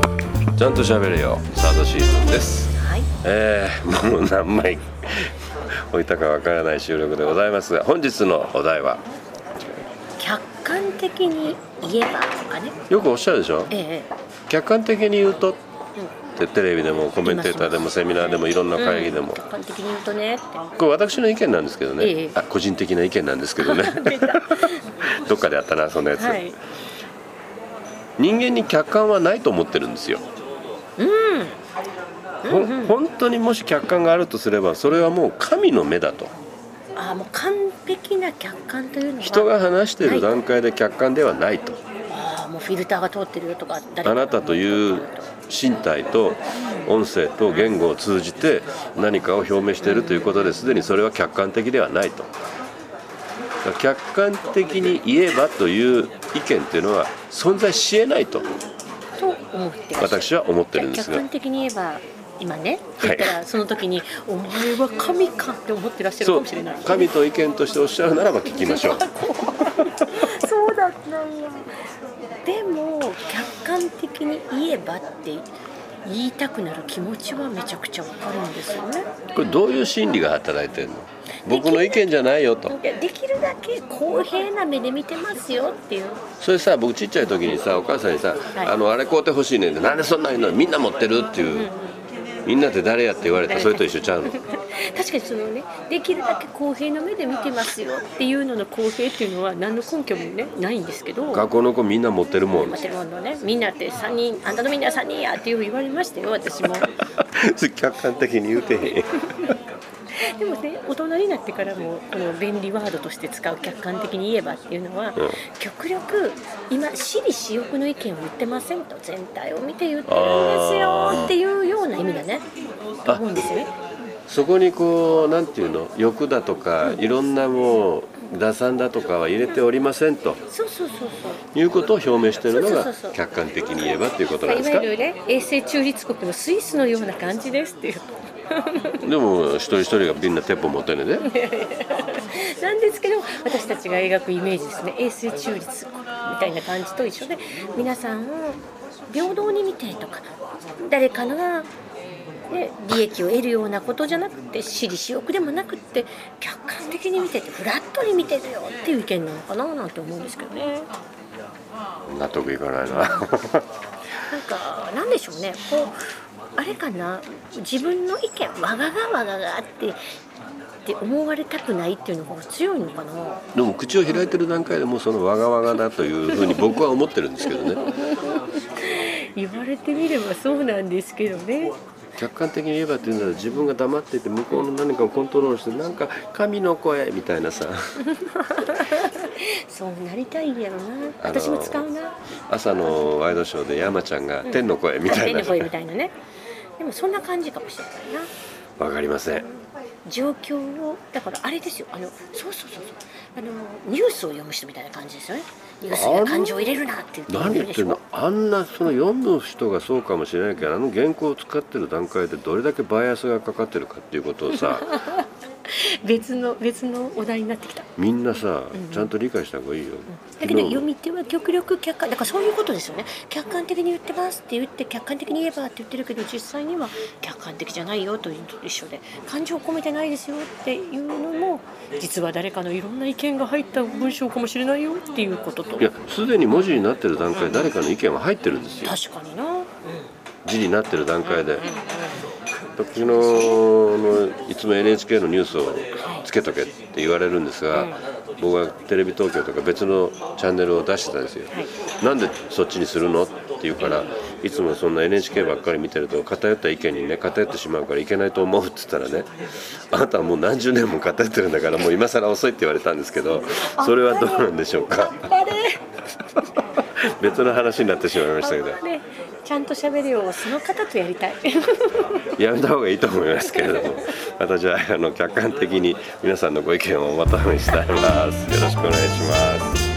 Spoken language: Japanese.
ゃんと喋れよサードシーズンですはいえー、もう何枚 置いたかわからない収録でございますが本日のお題は客観的に言えばとかねよくおっしゃるでしょええ客観的に言うとってテレビでもコメンテーターでもセミナーでもいろんな会議でも、客観的に言うと ねってこれ私の意見なんですけどね、ええあ個人的な意見なんですけどね どっかであったなそんなやつ、はい人間に客観はないと思ってるんですよ、ほ本当にもし客観があるとすればそれはもう神の目だとああもう完璧な客観というのは人が話している段階で客観ではないと、ああもうフィルターが通ってるよとか誰かあなたという身体と音声と言語を通じて何かを表明しているということですでにそれは客観的ではないとだから客観的に言えばという意見というのは存在しえないとと思ってらっしゃる私は思ってるんです客が観的に言えば今ねは言いったらその時に「お前は神か」って思ってらっしゃるかそうもしれない神と意見としておっしゃるならば聞きましょうそうだったんやでも客観的に言えばって言いたくなる気持ちはめちゃくちゃわかるんですよねこれどういう心理が働いてるの僕の意見じゃないよといやできるだけ公平な目で見てますよっていうそれさ僕ちっちゃい時にさお母さんにさ「はいあのあれ買うてほしいねん」って「なんでそんなん言うのみんな持ってる」っていう「みんなって誰や?」って言われたそれと一緒ちゃうの 確かにそのねできるだけ公平な目で見てますよっていうのの公平っていうのは何の根拠もねないんですけど学校の子みんな持ってるもんマテロンのねみんなって3人あんたのみんなは3人やっていうふうに言われましたよ私も客観的に言うてへんでもね大人になってからもこの便利ワードとして使う客観的に言えばっていうのは、うん極力今私利私欲の意見を言ってませんと全体を見て言ってるんですよっていうような意味だねと思うんですよねそこにこうなんていうの欲だとかいろんなもう打算だとかは入れておりませんとそうそうそうそういうことを表明してるのそうそうがそうそう客観的に言えばっていうことまなあんでいすわかゆるね永世中立国のスイスのような感じですっていうでも一人一人がみんな鉄砲持ってるね なんですけど私たちが描くイメージですね永世中立国みたいな感じと一緒で皆さんを平等に見てとか誰かのが、ね、利益を得るようなことじゃなくて私利私欲でもなくって客観的に見ててフラットに見てるよっていう意見なのかななんて思うんですけどね。納得いかないななんかなんでしょうねこうあれかな自分の意見わががわががってって思われたくないっていうのが強いのかなでも口を開いてる段階でもうそのわがわがだというふうに僕は思ってるんですけどね 言われてみればそうなんですけどね客観的に言えばっていうのは自分が黙っていて向こうの何かをコントロールしてなんか神の声みたいなさ そうなりたいんやろなあの私も使うな朝のワイドショーで山ちゃんが天の声みたい天なの声みたいなねでもそんな感じかもしれないなわかりません状況をだからあれですよあのそうそうそうそうあのニュースを読む人みたいな感じですよねニュースには感情を入れるなって言って何る言っでてしんのょあんなその読む人がそうかもしれないけどあの原稿を使ってる段階でどれだけバイアスがかかってるかっていうことを さ別の別のお題になってきたみんなさちゃんと理解した方がいいよ、だけど昨日読もみ手は極力客観だからそういうことですよね客観的に言ってますって言って客観的に言えばって言ってるけど実際には客観的じゃないよというのと一緒で感情を込めてないですよっていうのも実は誰かのいろんな意見が入った文章かもしれないよっていうことといや確すでに文字になってる段階誰かの意見は入ってるんですよかにな字になってる段階で昨日のいつも NHK のニュースをつけとけって言われるんですが、僕はテレビ東京とか別のチャンネルを出してたんですよ、なんでそっちにするのって言うからいつもそんな NHK ばっかり見てると偏った意見にね偏ってしまうからいけないと思うって言ったらねあなたはもう何十年も偏ってるんだからもう今更遅いって言われたんですけどそれはどうなんでしょうかあれ別の話になってしまいましたけどあれちゃんと喋るようその方とやりたいやめた方がいいと思いますけれども私はあの客観的に皆さんのご意見をお求めしたいますよろしくお願いします